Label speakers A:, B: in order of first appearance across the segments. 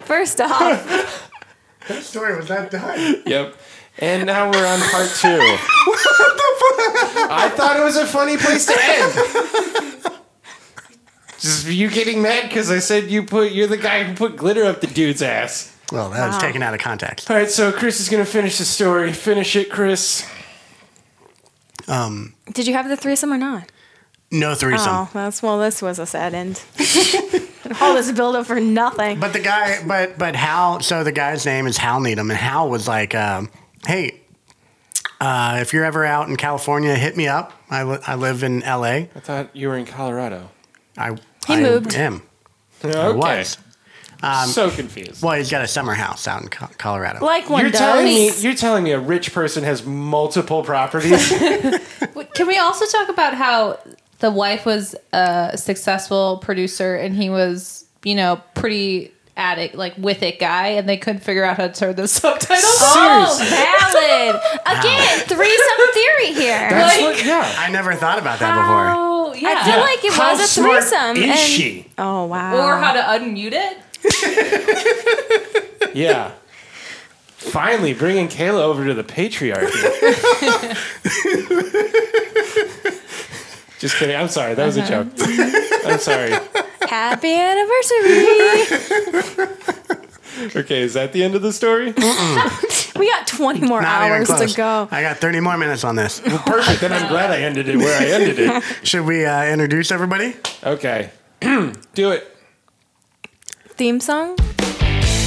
A: First off,
B: That story was not done.
C: Yep. And now we're on part two. I thought it was a funny place to end. Just you getting mad because I said you put you're the guy who put glitter up the dude's ass.
B: Well, that was taken out of context.
C: All right, so Chris is gonna finish the story. Finish it, Chris.
B: Um,
A: did you have the threesome or not?
B: no threesome.
A: Oh, that's well. This was a sad end. All this build up for nothing.
B: But the guy, but but Hal. So the guy's name is Hal Needham, and Hal was like, um, "Hey, uh, if you're ever out in California, hit me up. I, li- I live in L.A.
C: I thought you were in Colorado.
B: I
A: He
B: I
A: moved.
B: Am.
C: Okay.
B: I was.
A: Um,
C: so confused.
B: Well, he's got a summer house out in Co- Colorado.
A: Like one
C: You're
A: does.
C: telling me you're telling me a rich person has multiple properties?
D: Wait, Can we also talk about how the wife was a successful producer and he was, you know, pretty addict, like with it guy, and they couldn't figure out how to turn the subtitles.
A: Oh, valid. Again, threesome theory here.
C: That's
D: Like-
C: what- yeah.
B: I never thought about that before.
D: Oh, yeah.
A: I feel like it
C: How
A: was a
C: smart
A: threesome.
C: is
A: and,
C: she?
A: Oh wow.
D: or how to unmute it.
C: Yeah. Finally, bringing Kayla over to the patriarchy. Just kidding. I'm sorry. That was a joke. I'm sorry.
A: Happy anniversary.
C: Okay, is that the end of the story?
A: we got 20 more
B: Not even
A: hours
B: close.
A: to go.
B: I got 30 more minutes on this.
C: Perfect. Then I'm glad I ended it where I ended it.
B: Should we uh, introduce everybody?
C: Okay. Do it.
A: Theme song?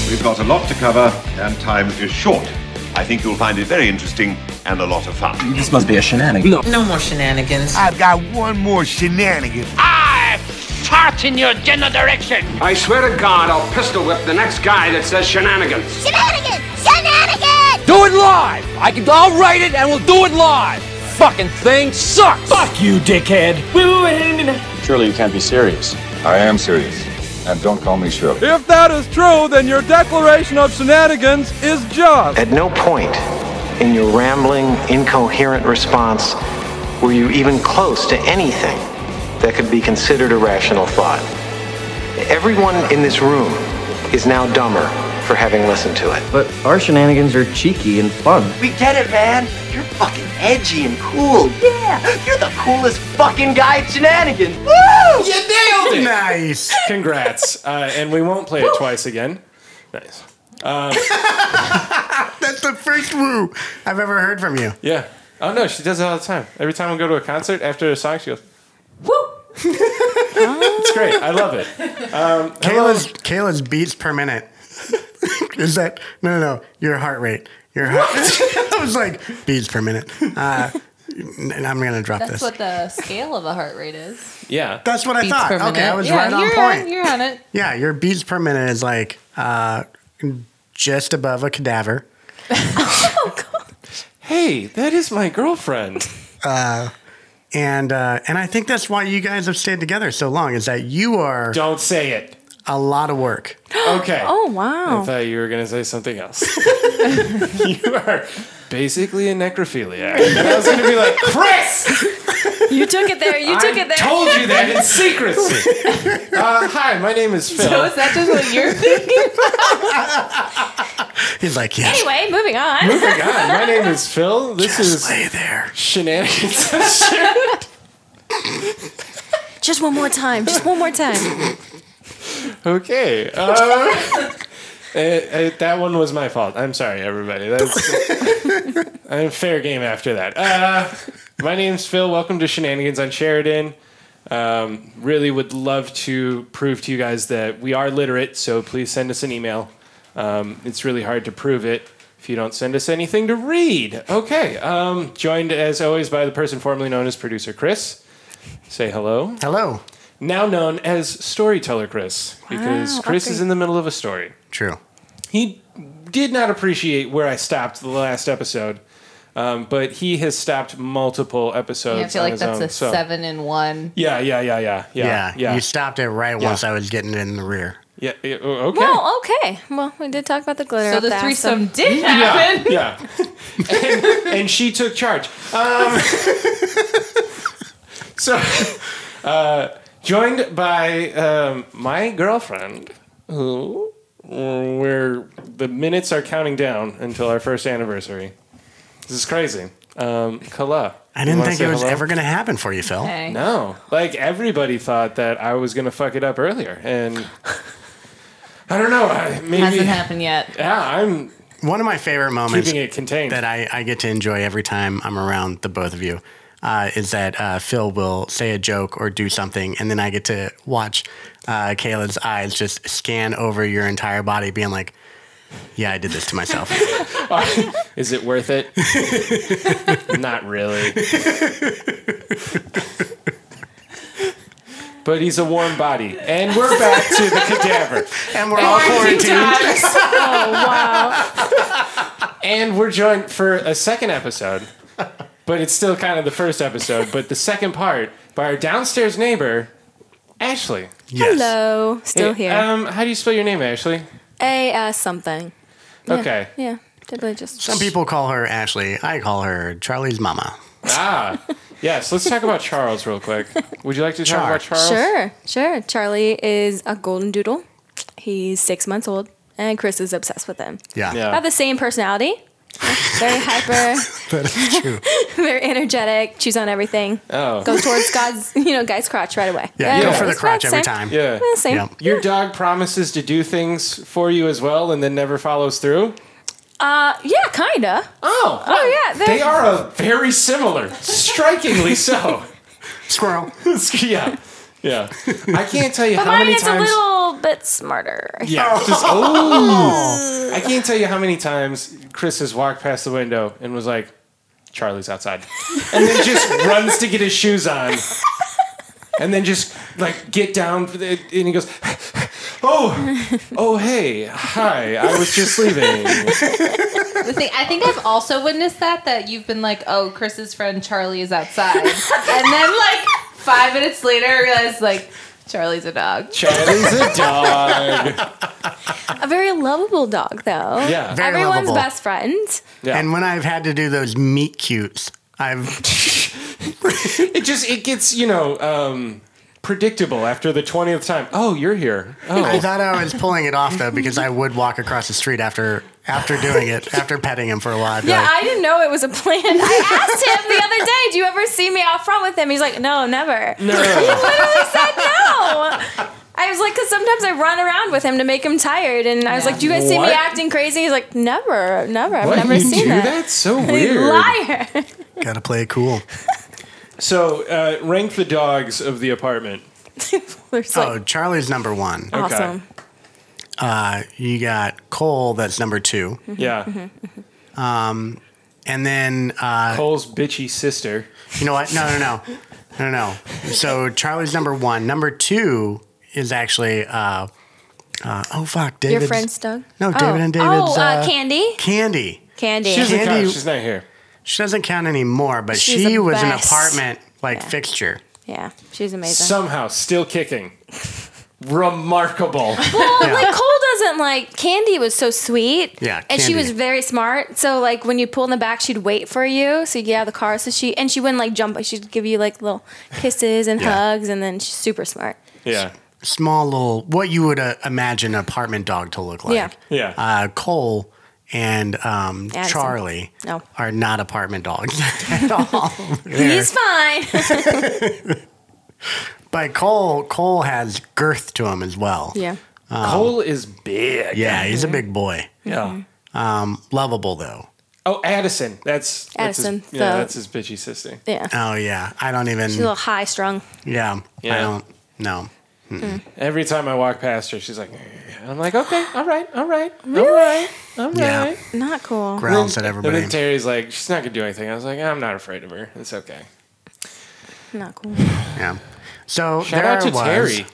E: We've got a lot to cover, and time is short. I think you'll find it very interesting and a lot of fun.
F: This must be a shenanigan. No.
G: No more shenanigans.
H: I've got one more shenanigan.
I: I fart in your general direction. I swear to God, I'll pistol whip the next guy that says shenanigans.
J: Shenanigans! Shenanigans!
I: Do it live. I can. I'll write it, and we'll do it live. Fucking thing sucks. Fuck you, dickhead. Wait, wait, wait, wait a minute.
F: Surely you can't be serious.
H: I am serious. And don't call me Shirley.
I: If that is true, then your declaration of shenanigans is just.
K: At no point in your rambling, incoherent response were you even close to anything that could be considered a rational thought. Everyone in this room is now dumber for having listened to it.
F: But our shenanigans are cheeky and fun.
K: We get it, man. You're fucking edgy and cool. Yeah, you're the coolest fucking guy at shenanigans. Woo!
C: You nailed it.
B: Nice.
C: Congrats. Uh, and we won't play it twice again. Nice.
B: That's the first woo I've ever heard from you.
C: Yeah. Oh no, she does it all the time. Every time we go to a concert after a song, she goes,
D: Woo!
C: "It's great. I love it."
B: Kayla's Kayla's beats per minute. Is that no no no? Your heart rate. Your heart. I was like beats per minute. Uh, and I'm gonna drop
D: That's
B: this.
D: what the scale of a heart rate is.
C: Yeah.
B: That's what I
D: Beats
B: thought.
D: per minute.
B: Okay, I was
D: yeah,
B: right on
D: you're
B: point.
D: you're on it.
B: yeah, your beats per minute is like uh, just above a cadaver.
C: Hey, that is my girlfriend.
B: And uh, and I think that's why you guys have stayed together so long is that you are
C: Don't say it.
B: a lot of work.
C: Okay.
A: Oh wow.
C: I thought you were gonna say something else. you are basically a necrophiliac. I was gonna be like, Chris,
A: You took it there. You took
C: I
A: it there.
C: told you that in secrecy. Uh, hi, my name is Phil.
D: So is that just what you're thinking?
B: He's like yes.
A: anyway, moving on.
C: Moving on. My name is Phil. This is
B: Lay there.
C: shenanigans.
A: Just one more time. Just one more time.
C: okay. Uh, eh, eh, that one was my fault. I'm sorry, everybody. That's I'm fair game after that. Uh, my name's Phil. Welcome to Shenanigans on Sheridan. Um, really would love to prove to you guys that we are literate, so please send us an email. Um, it's really hard to prove it if you don't send us anything to read. Okay. Um, joined as always by the person formerly known as producer Chris. Say hello
B: Hello.
C: now known as Storyteller Chris, because
A: Wow,
C: Chris is
A: okay.
C: in the middle of a story.
B: True.
C: He did not appreciate where I stopped the last episode, um, but he has stopped multiple episodes.
D: I feel
C: on
D: like
C: his
D: that's
C: own,
D: a
C: so-
D: seven in one.
C: Yeah, yeah, yeah, yeah, yeah,
B: Yeah.
C: yeah,
B: You stopped it right
C: Yeah.
B: once I was getting in the rear.
C: yeah, yeah, oh, Okay.
A: Well, okay. Well, we did talk about the glitter.
D: So
A: up
D: the
A: there,
D: threesome did happen.
C: yeah, yeah. and, and she took charge. Um, so, uh, joined by um, my girlfriend, who uh, the minutes are counting down until our first anniversary. This is crazy. Um, Kala.
B: I
C: you
B: didn't
C: wanna
B: think
C: say
B: it was
C: hello?
B: ever going to happen for you, Phil.
D: Hey.
C: No, like everybody thought that I was gonna fuck it up earlier, and I don't know. I, maybe
D: Hasn't happened yet.
C: Yeah, I'm
B: One of my favorite moments
C: keeping it contained.
B: that I, I get to enjoy every time I'm around the both of you uh, is that uh, Phil will say a joke or do something, and then I get to watch uh, Kayla's eyes just scan over your entire body, being like, yeah, I did this to myself.
C: Is it worth it? Not really. but he's a warm body, and we're back to the cadaver,
B: and we're all quarantined.
C: and we're joined for a second episode. But it's still kind of the first episode, but the second part by our downstairs neighbor, Ashley.
B: Yes.
A: Hello, still
C: Hey,
A: here.
C: Um, how do you spell your name, Ashley?
A: A uh, something. Yeah,
C: Okay.
A: Yeah. Typically just
B: Some people call her Ashley. I call her Charlie's mama.
C: Ah, yes. Let's talk about Charles real quick. Would you like to talk
B: Char.
C: about Charles?
A: Sure, sure. Charlie is a golden doodle. He's six months old, and Chris is obsessed with him.
B: Yeah.
C: Yeah.
A: About the same personality. Very hyper,
B: That is true.
A: very energetic. Chews on everything.
C: Oh.
A: Goes towards God's, you know, guy's crotch right away.
B: Yeah, you go for the
A: it's about
B: crotch every
A: same.
B: time.
C: Yeah.
A: About the same.
B: Yep.
C: Your dog promises to do things for you as well and then never follows through?
A: Uh, yeah, kinda.
B: Uh-huh.
C: Oh.
A: Oh yeah,
C: They
A: they're-
C: are a very similar, strikingly so.
B: Squirrel.
C: yeah. Yeah. I can't tell you
A: But
C: how
A: mine
C: many
A: is a
C: times.
A: little bit smarter.
C: Yeah. Just, oh. I can't tell you how many times Chris has walked past the window and was like, Charlie's outside. And then just runs to get his shoes on. And then just like get down for the- and he goes, Oh, oh, hey, hi, I was just leaving.
D: The thing, I think I've also witnessed that that you've been like, oh, Chris's friend Charlie is outside, and then like five minutes later, I realized like Charlie's a dog.
C: Charlie's a dog.
A: A very lovable dog, though.
C: Yeah.
B: Very
A: Everyone's
B: lovable.
A: best friend.
C: Yeah.
B: And when I've had to do those meet cutes, I've
C: It just it gets you know um, predictable after the twentieth time. Oh, you're here.
B: I
C: Oh,
B: thought I was pulling it off though because I would walk across the street after after doing it after petting him for a while. I'd be
A: Yeah,
B: like,
A: I didn't know it was a plan. I asked him the other day, "Do you ever see me out front with him?" He's like, "No, never."
C: no.
A: I said no. I was like, because sometimes I run around with him to make him tired, and I was like, "Do you guys see me
C: What?
A: acting crazy?" He's like, "Never, never. I've
C: What
A: never
C: you
A: seen
C: do
A: that."
C: that? So weird.
A: Liar.
B: gotta play it cool.
C: So uh, rank the dogs of the apartment.
A: There's
B: Oh,
A: like,
B: Charlie's number one.
A: awesome.
B: Uh, you got Cole, that's number two,
A: Mm-hmm.
C: Yeah,
B: and then uh,
C: Cole's bitchy sister.
B: you know what? No, no, no, no, no. no. So Charlie's number one. Number two is actually uh, uh, oh fuck, David.
A: Your friend's dog.
B: No, David and David's.
A: Oh, uh,
B: uh,
A: Candy.
B: Candy.
A: Candy.
C: She doesn't
B: Candy-
C: count. She's not here.
B: She doesn't count anymore, but
A: She's
B: she
A: the
B: was an
A: best.
B: apartment like fixture.
A: yeah, she's amazing.
C: Somehow still kicking. Remarkable.
A: Well,
B: Yeah.
A: like Cole doesn't like Candy was so sweet.
B: Yeah,
A: and she
B: Candy.
A: was very smart. So like when you pull in the back, she'd wait for you so you get out of the car. So she and she wouldn't like jump. She'd give you like little kisses and
B: Yeah.
A: hugs, and then she's super smart.
C: Yeah.
B: small little what you would uh, imagine an apartment dog to look like.
A: Yeah.
C: Yeah.
B: Uh, Cole and um,
A: Addison.
B: Charlie
A: No.
B: are not apartment dogs at all.
A: He's fine.
B: but Cole Cole has girth to him as well.
A: yeah.
B: Um,
C: Cole is big.
B: Yeah, he's a big boy.
C: Yeah.
B: Um, lovable though.
C: Oh, Addison. That's
A: Addison,
C: That's his, yeah,
A: the-
C: that's his bitchy sister.
A: Yeah.
B: Oh yeah, I don't even.
A: She's a little high strung.
B: yeah,
C: Yeah.
B: I don't know.
C: Every time I walk past her, she's like, "Eh." I'm like, okay, all right, all right, all right, all right.
B: Yeah.
A: Not cool.
B: Growls at
C: And
B: everybody.
C: then Terry's like, she's not gonna do anything. I was like, I'm not afraid of her. It's okay.
A: Not cool.
B: yeah. So
C: Shout
B: there
C: out to
B: was-
C: Terry.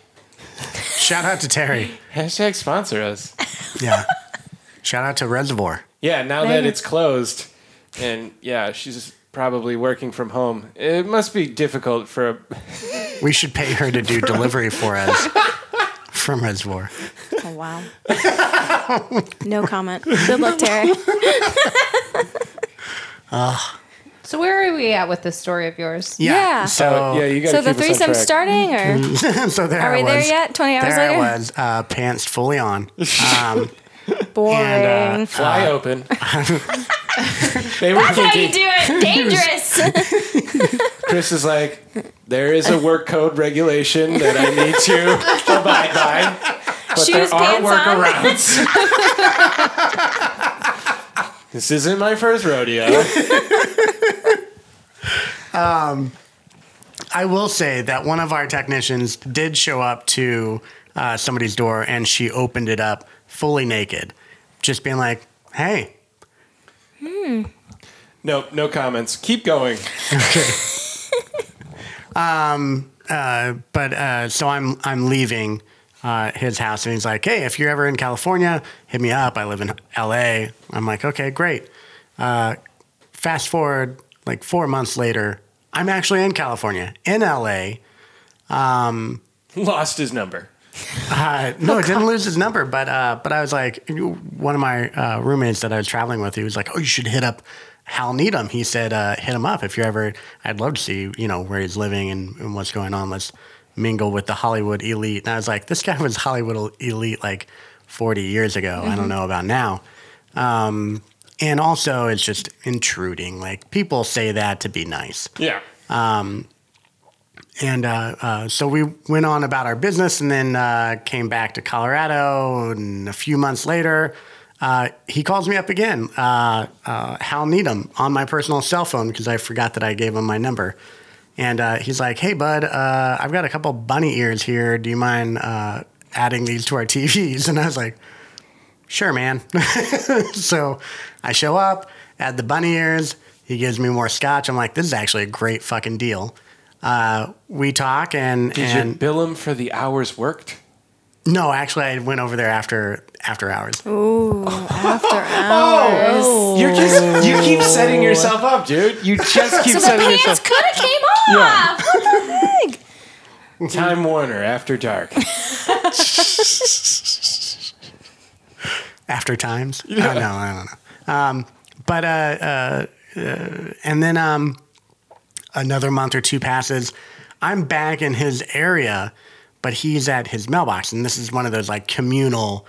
B: Shout out to Terry.
C: Hashtag sponsor us.
B: Yeah. Shout out to Reservoir.
C: Yeah, now that it's closed, and yeah, she's probably working from home. It must be difficult for. A,
B: We should pay her to do delivery for us from Reservoir.
A: Oh wow. no comment. Good luck, Terry.
D: So where are we at with this story of yours?
A: Yeah.
B: So
C: Uh, yeah, you got.
A: So the threesome starting, or
B: so there
A: are
B: I
A: we
B: Mm-hmm.
A: there
B: was.
A: yet? Twenty hours
B: There I
A: later.
B: was, uh, pants fully on. Um,
A: Boring.
B: And, uh,
C: Fly
B: uh,
C: open. they were
A: That's how you
C: thinking.
A: do it. Dangerous.
C: Chris is like, there is a work code regulation that I need to abide by, but
A: Shoes,
C: there are
A: pants on.
C: workarounds. this isn't my first rodeo.
B: I will say that one of our technicians did show up to uh, somebody's door and she opened it up fully naked, just being like, hey,
C: No, no comments. Keep going.
B: but uh, so I'm I'm leaving uh, his house, and he's like, "Hey, if you're ever in California, hit me up. I live in L.A." I'm like, "Okay, great." Uh, fast forward like four months later, I'm actually in California, in L.A.
C: Lost his number.
B: Uh, no, I didn't lose his number, but uh, but I was like, one of my uh, roommates that I was traveling with, he was like, "Oh, you should hit up." Hal Needham, he said, uh, hit him up if you're ever. I'd love to see, you know, where he's living and, and what's going on. Let's mingle with the Hollywood elite. And I was like, this guy was Hollywood elite like 40 years ago. I don't know about now. Um, and also, it's just intruding. Like people say that to be nice.
C: Yeah.
B: And uh, uh, so we went on about our business and then uh, came back to Colorado. And a few months later, uh, he calls me up again, uh, uh, Hal Needham, on my personal cell phone because I forgot that I gave him my number. And uh, he's like, hey, bud, uh, I've got a couple bunny ears here. Do you mind uh, adding these to our TVs? And I was like, sure, man. so I show up, add the bunny ears. He gives me more scotch. I'm like, this is actually a great fucking deal. Uh, we talk and
C: Did you
B: and
C: bill him for the hours worked?
B: no, actually, I went over there after after hours.
A: After hours.
C: You're just you keep setting yourself up, dude. You just keep
A: So the
C: setting
A: pants
C: yourself.
A: could have came off. What the heck?
C: Time Warner after dark.
B: After times, I don't know, I don't know. Um, but uh, uh, uh, and then um, another month or two passes. I'm back in his area, but he's at his mailbox, and this is one of those like communal,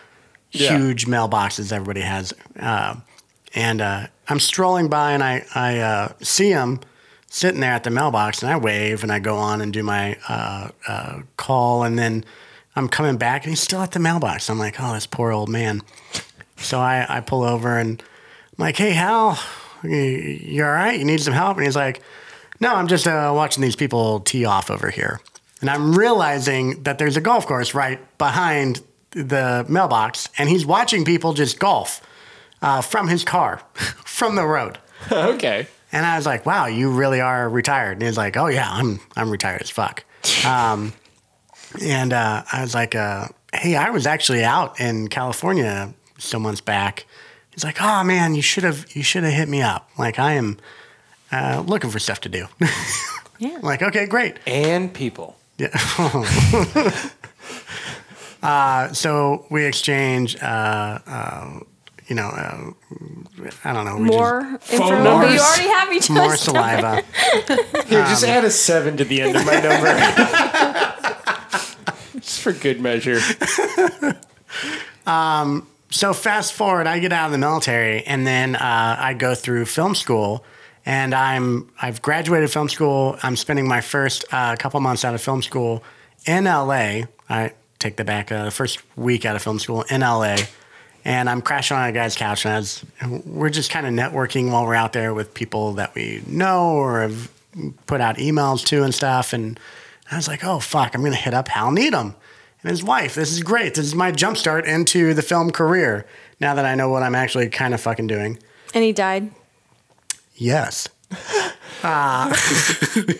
C: Yeah.
B: huge mailboxes everybody has. Uh, and uh, I'm strolling by, and I I uh, see him sitting there at the mailbox, and I wave, and I go on and do my uh, uh, call, and then I'm coming back, and he's still at the mailbox. I'm like, oh, this poor old man. So I, I pull over and I'm like, hey, Hal, you, you all right? You need some help? And he's like, no, I'm just uh, watching these people tee off over here. And I'm realizing that there's a golf course right behind the mailbox, and he's watching people just golf uh, from his car, from the road.
C: okay.
B: And I was like, wow, you really are retired. And he's like, oh, yeah, I'm, I'm retired as fuck. Um, and uh, I was like, uh, hey, I was actually out in California some months back. He's like, oh, man, you should have you should have hit me up. Like, I am uh, looking for stuff to do. yeah. Like, okay, great.
C: And people.
B: Yeah. uh, so we exchange, uh, uh, you know, uh, I don't know. We
A: More information.
C: numbers.
A: You already have each
B: Just, more
A: other's number.
B: saliva.
C: Here, just
D: Um,
C: add a seven to the end of my number. just for good measure.
B: so fast forward, I get out of the military, and then uh, I go through film school, and I'm I've graduated film school. I'm spending my first uh, couple months out of film school in LA. I take the back uh, the first week out of film school in LA, and I'm crashing on a guy's couch, and I was, we're just kind of networking while we're out there with people that we know or have put out emails to and stuff, and I was like, oh fuck, I'm gonna hit up Hal Needham and his wife. This is great. This is my jumpstart into the film career. Now that I know what I'm actually kind of fucking doing.
A: And he died.
B: Yes. Uh,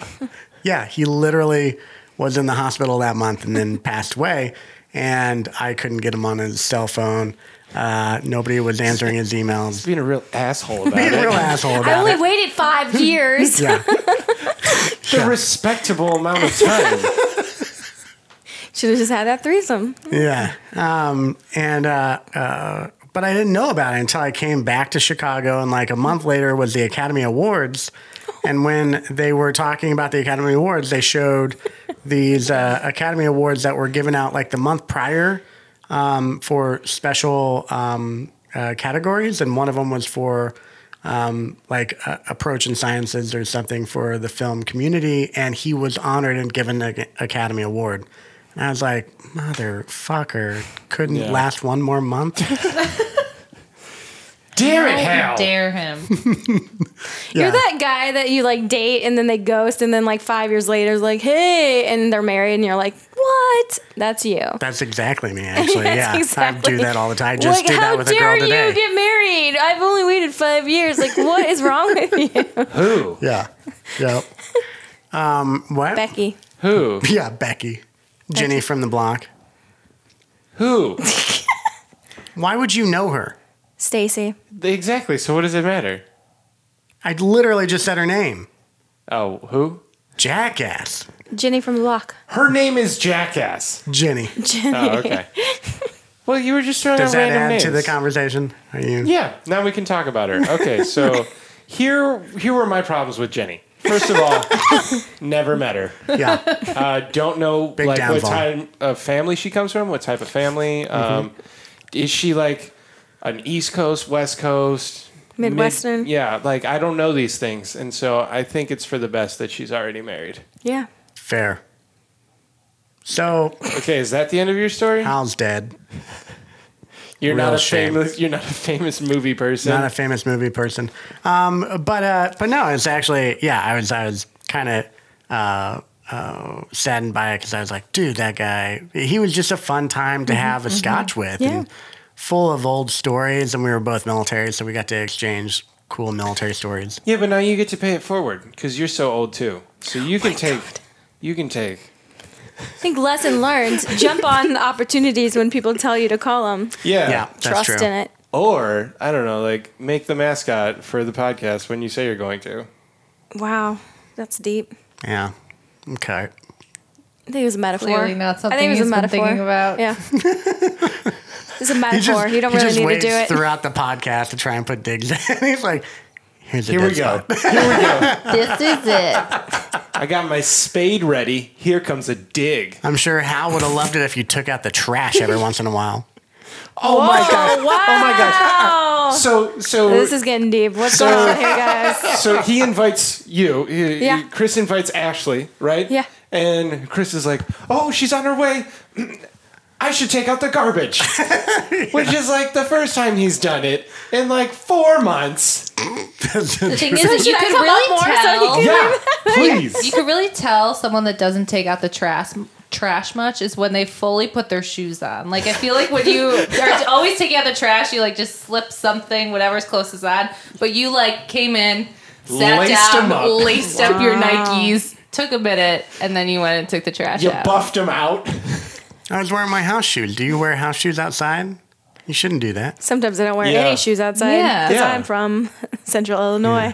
B: yeah, he literally was in the hospital that month and then passed away. And I couldn't get him on his cell phone. Uh, nobody was answering his emails.
C: Being a real asshole about
B: Being a
C: it.
B: real asshole
A: I
B: about
A: only
B: it.
A: waited five years.
B: Yeah.
C: It's a respectable amount of time.
A: Should have just had that threesome.
B: yeah. Um, and uh, uh, but I didn't know about it until I came back to Chicago, and like a month later was the Academy Awards. And when they were talking about the Academy Awards, they showed these uh, Academy Awards that were given out like the month prior um, for special um, uh, categories, and one of them was for um, like uh, approach and sciences or something for the film community, and he was honored and given an Academy Award. And I was like, motherfucker, couldn't
C: Yeah.
B: last one more month.
C: Dare it,
D: How
C: Hal.
D: Dare him.
B: Yeah.
A: You're that guy that you like date and then they ghost and then like five years later is like, hey, and they're married and you're like, what? That's you.
B: That's exactly me, actually.
A: That's
B: yeah, I
A: exactly-
B: do that all the time. I just
A: like,
B: did
A: how
B: that with a
A: dare
B: girl today.
A: you get married? I've only waited five years. Like, what is wrong with you,
C: Who?
B: Yeah. Yep. um, what?
A: Becky?
C: Who?
B: yeah, Becky. Jenny from the block.
C: Who?
B: Why would you know her?
A: Stacy.
C: exactly. So what does it matter?
B: I literally just said her name.
C: Oh, who?
B: Jackass.
A: Jenny from the block.
C: Her name is Jackass.
B: Jenny.
A: Jenny.
C: Oh, okay. well, you were just throwing
B: Does
C: out
B: that
C: random
B: add
C: names.
B: to the conversation? Are you?
C: Yeah, now we can talk about her. Okay, so here here were my problems with Jenny. First of all, never met her.
B: Yeah.
C: Uh, don't know
B: Big
C: like
B: downfall. Mm-hmm.
C: what type of family she comes from. What type of family? Um, Is she like an East Coast, West Coast, mid-
A: Midwestern.
C: yeah, like I don't know these things, and so I think it's for the best that she's already married.
A: Yeah.
B: Fair. So
C: Okay, is that the end of your story?
B: Hal's dead.
C: You're not
B: real
C: a
B: shame.
C: famous. You're not a famous movie person.
B: Not a famous movie person. Um, but uh, but no, it's actually yeah. I was I was kind of uh, uh, saddened by it because I was like, dude, that guy. He was just a fun time
A: Mm-hmm,
B: to have a scotch with. And full of old stories, and we were both military, so we got to exchange cool military stories.
C: Yeah, but now you get to pay it forward because you're so old too. So you can take, you can take.
A: I think lesson learned. Jump on opportunities when people tell you to call them.
C: Yeah.
B: Yeah, that's
A: Trust
B: true.
A: in it.
C: Or I don't know, like make the mascot for the podcast when you say you're going to.
A: Wow, that's deep.
B: Yeah.
A: I
B: Okay.
A: think it was a metaphor.
D: Clearly not something
A: I think it was
D: he's
A: a
D: been
A: metaphor.
D: thinking about.
A: Yeah. it's a metaphor. you don't
B: he
A: really
B: just
A: need to
B: waits
A: do it.
B: throughout the podcast to try and put digs in. He's like, here's a
C: Here we
B: dead
C: go.
B: spot.
C: Here we go.
D: this is it.
C: I got my spade ready. Here comes a dig.
B: I'm sure Hal would have loved it if you took out the trash every once in a while.
C: Oh my god.
A: Wow.
C: Oh my gosh. So so
A: This is getting deep. What's
C: So-
A: going on here, guys?
C: so he invites you. He-
A: Yeah.
C: Chris invites Ashley, right?
A: Yeah.
C: And Chris is like, "Oh, she's on her way. I should take out the garbage," which is like the first time he's done it in like four months.
D: The thing is, is you
A: Should I
D: can
A: come
D: really
A: up more so
D: tell.
A: you
C: Yeah,
D: you
C: please.
D: can really tell someone that doesn't take out the trash trash much is when they fully put their shoes on. Like I feel like when you are always taking out the trash, you like just slip something, whatever's closest on. But you like came in, sat
C: Laced 'em
D: down,
C: up.
D: laced up your Nikes, took a minute, and then you went and took the trash
C: You
D: out.
C: buffed him out.
B: I was wearing my house shoes. Do you wear house shoes outside? You shouldn't do that.
A: Sometimes I don't wear
C: Yeah.
A: any shoes outside.
D: Yeah.
A: Because
C: Yeah.
A: I'm from Central Illinois.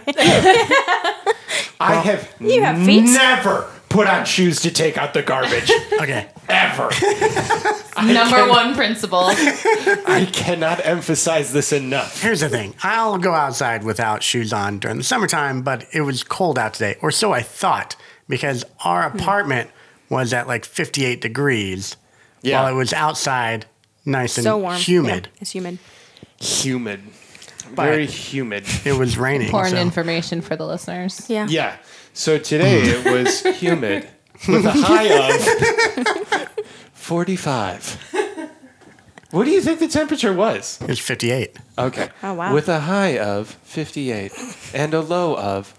C: I have,
A: You have feet.
C: never put on shoes to take out the garbage
B: Okay.
C: ever.
D: Number one principle.
C: I cannot emphasize this enough.
B: Here's the thing. I'll go outside without shoes on during the summertime, but it was cold out today, or so I thought, because our
A: Hmm.
B: apartment was at like 58 degrees
C: Yeah.
B: while it was outside, nice and
A: so warm.
B: humid.
A: Yeah, it's humid.
C: Humid, very humid.
B: It was raining.
D: Important
B: so-
D: information for the listeners.
A: Yeah.
C: Yeah. So today it was humid with a high of 45. What do you think the temperature was?
B: It was 58.
C: Okay.
A: Oh, wow.
C: With a high of 58 and a low of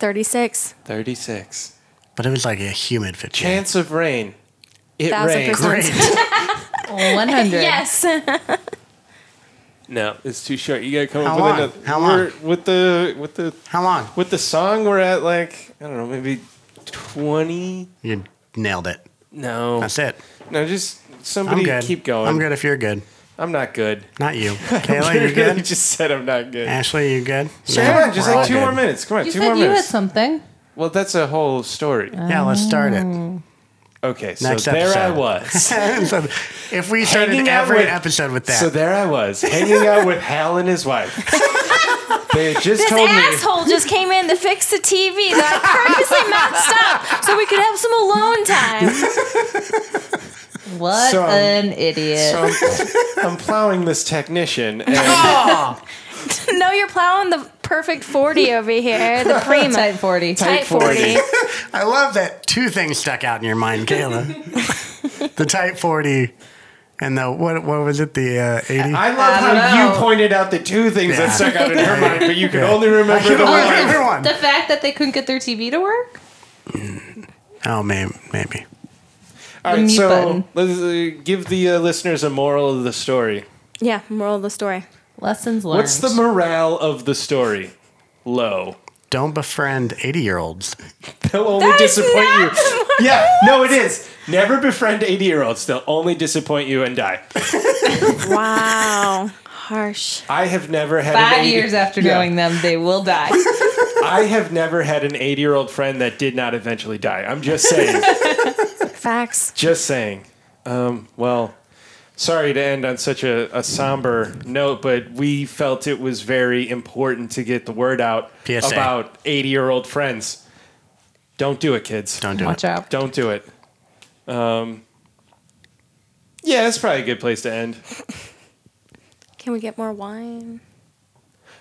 A: 36.
C: 36.
B: But it was like a humid 58.
C: Chance of rain. It
A: Thousand
C: rained.
A: percent.
B: Great.
D: One hundred.
A: Yes.
C: No, it's too short. You gotta come
B: How
C: up
B: long?
C: with another.
B: How
C: we're-
B: long?
C: With the with the
B: How long?
C: with the song, we're at like I don't know, maybe twenty.
B: You nailed it.
C: No,
B: That's it.
C: no, just
B: I'm
C: somebody
B: good.
C: keep going.
B: I'm good if you're good.
C: I'm not good.
B: Not you. Kayla, you
C: you
B: good?
C: just said I'm not good.
B: Ashley, you good?
C: Sure. Come on, just
B: We're all
C: like two
B: good.
C: more minutes. Come on,
D: You
C: two
D: said
C: more
D: you had
C: minutes.
D: something.
C: well, that's a whole story.
B: Yeah, let's start it.
C: Mm. Okay, so
B: Next
C: there I
B: episode.
C: was.
B: So if we started
C: Hanging out
B: every
C: with-
B: episode with that,
C: so there I was, hanging out with Hal and his wife. They had just
A: This
C: told me.
A: asshole just came in to fix the TV that I purposely messed up so we could have some alone time.
D: What
C: So,
D: an idiot.
C: So I'm, I'm plowing this technician, and
A: no, you're plowing the perfect 40 over here. The prima.
D: Type 40.
A: Type 40.
B: I love that two things stuck out in your mind, Kayla. the Type 40 and the, what what was it, the uh, 80?
C: I love how
D: don't know.
C: you pointed out the two things
B: Yeah.
C: that stuck out in her mind, but you could
B: Yeah.
C: only
B: I
C: remember
B: can
C: the
B: only
C: one.
B: remember one.
D: Oh, The fact that they couldn't get their TV to work?
B: Oh, maybe. maybe.
C: All
D: The
C: right,
D: mute
C: so
D: button.
C: let's uh, give the uh, listeners a moral of the story.
A: Yeah, moral of the story.
D: Lessons learned.
C: What's the morale of the story? Low.
B: Don't befriend 80 year olds.
C: They'll only disappoint you. Yeah, no, it is. Never befriend 80 year olds. They'll only disappoint you and die.
A: Wow. Harsh.
C: I have never had an
D: Five
C: 80
D: years after knowing them, they will die.
C: I have never had an 80 year old friend that did not eventually die. I'm just saying.
A: Facts.
C: just saying. Um, well, sorry to end on such a, a somber note, but we felt it was very important to get the word out
B: PSA.
C: about 80 year old friends. Don't do it, kids.
B: Don't do
D: Watch
B: it.
D: out.
C: Don't do it. Um, yeah, that's probably a good place to end.
A: Can we get more wine?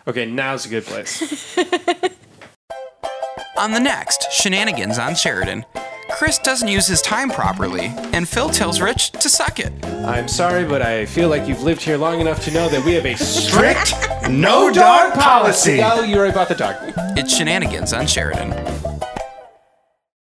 C: Okay, now's a good place.
G: On the next Shenanigans on Sheridan, Chris doesn't use his time properly, and Phil tells Rich to suck it.
C: I'm sorry, but I feel like you've lived here long enough to know that we have a strict no dog policy. Oh, you're right about the dog.
G: It's Shenanigans on Sheridan.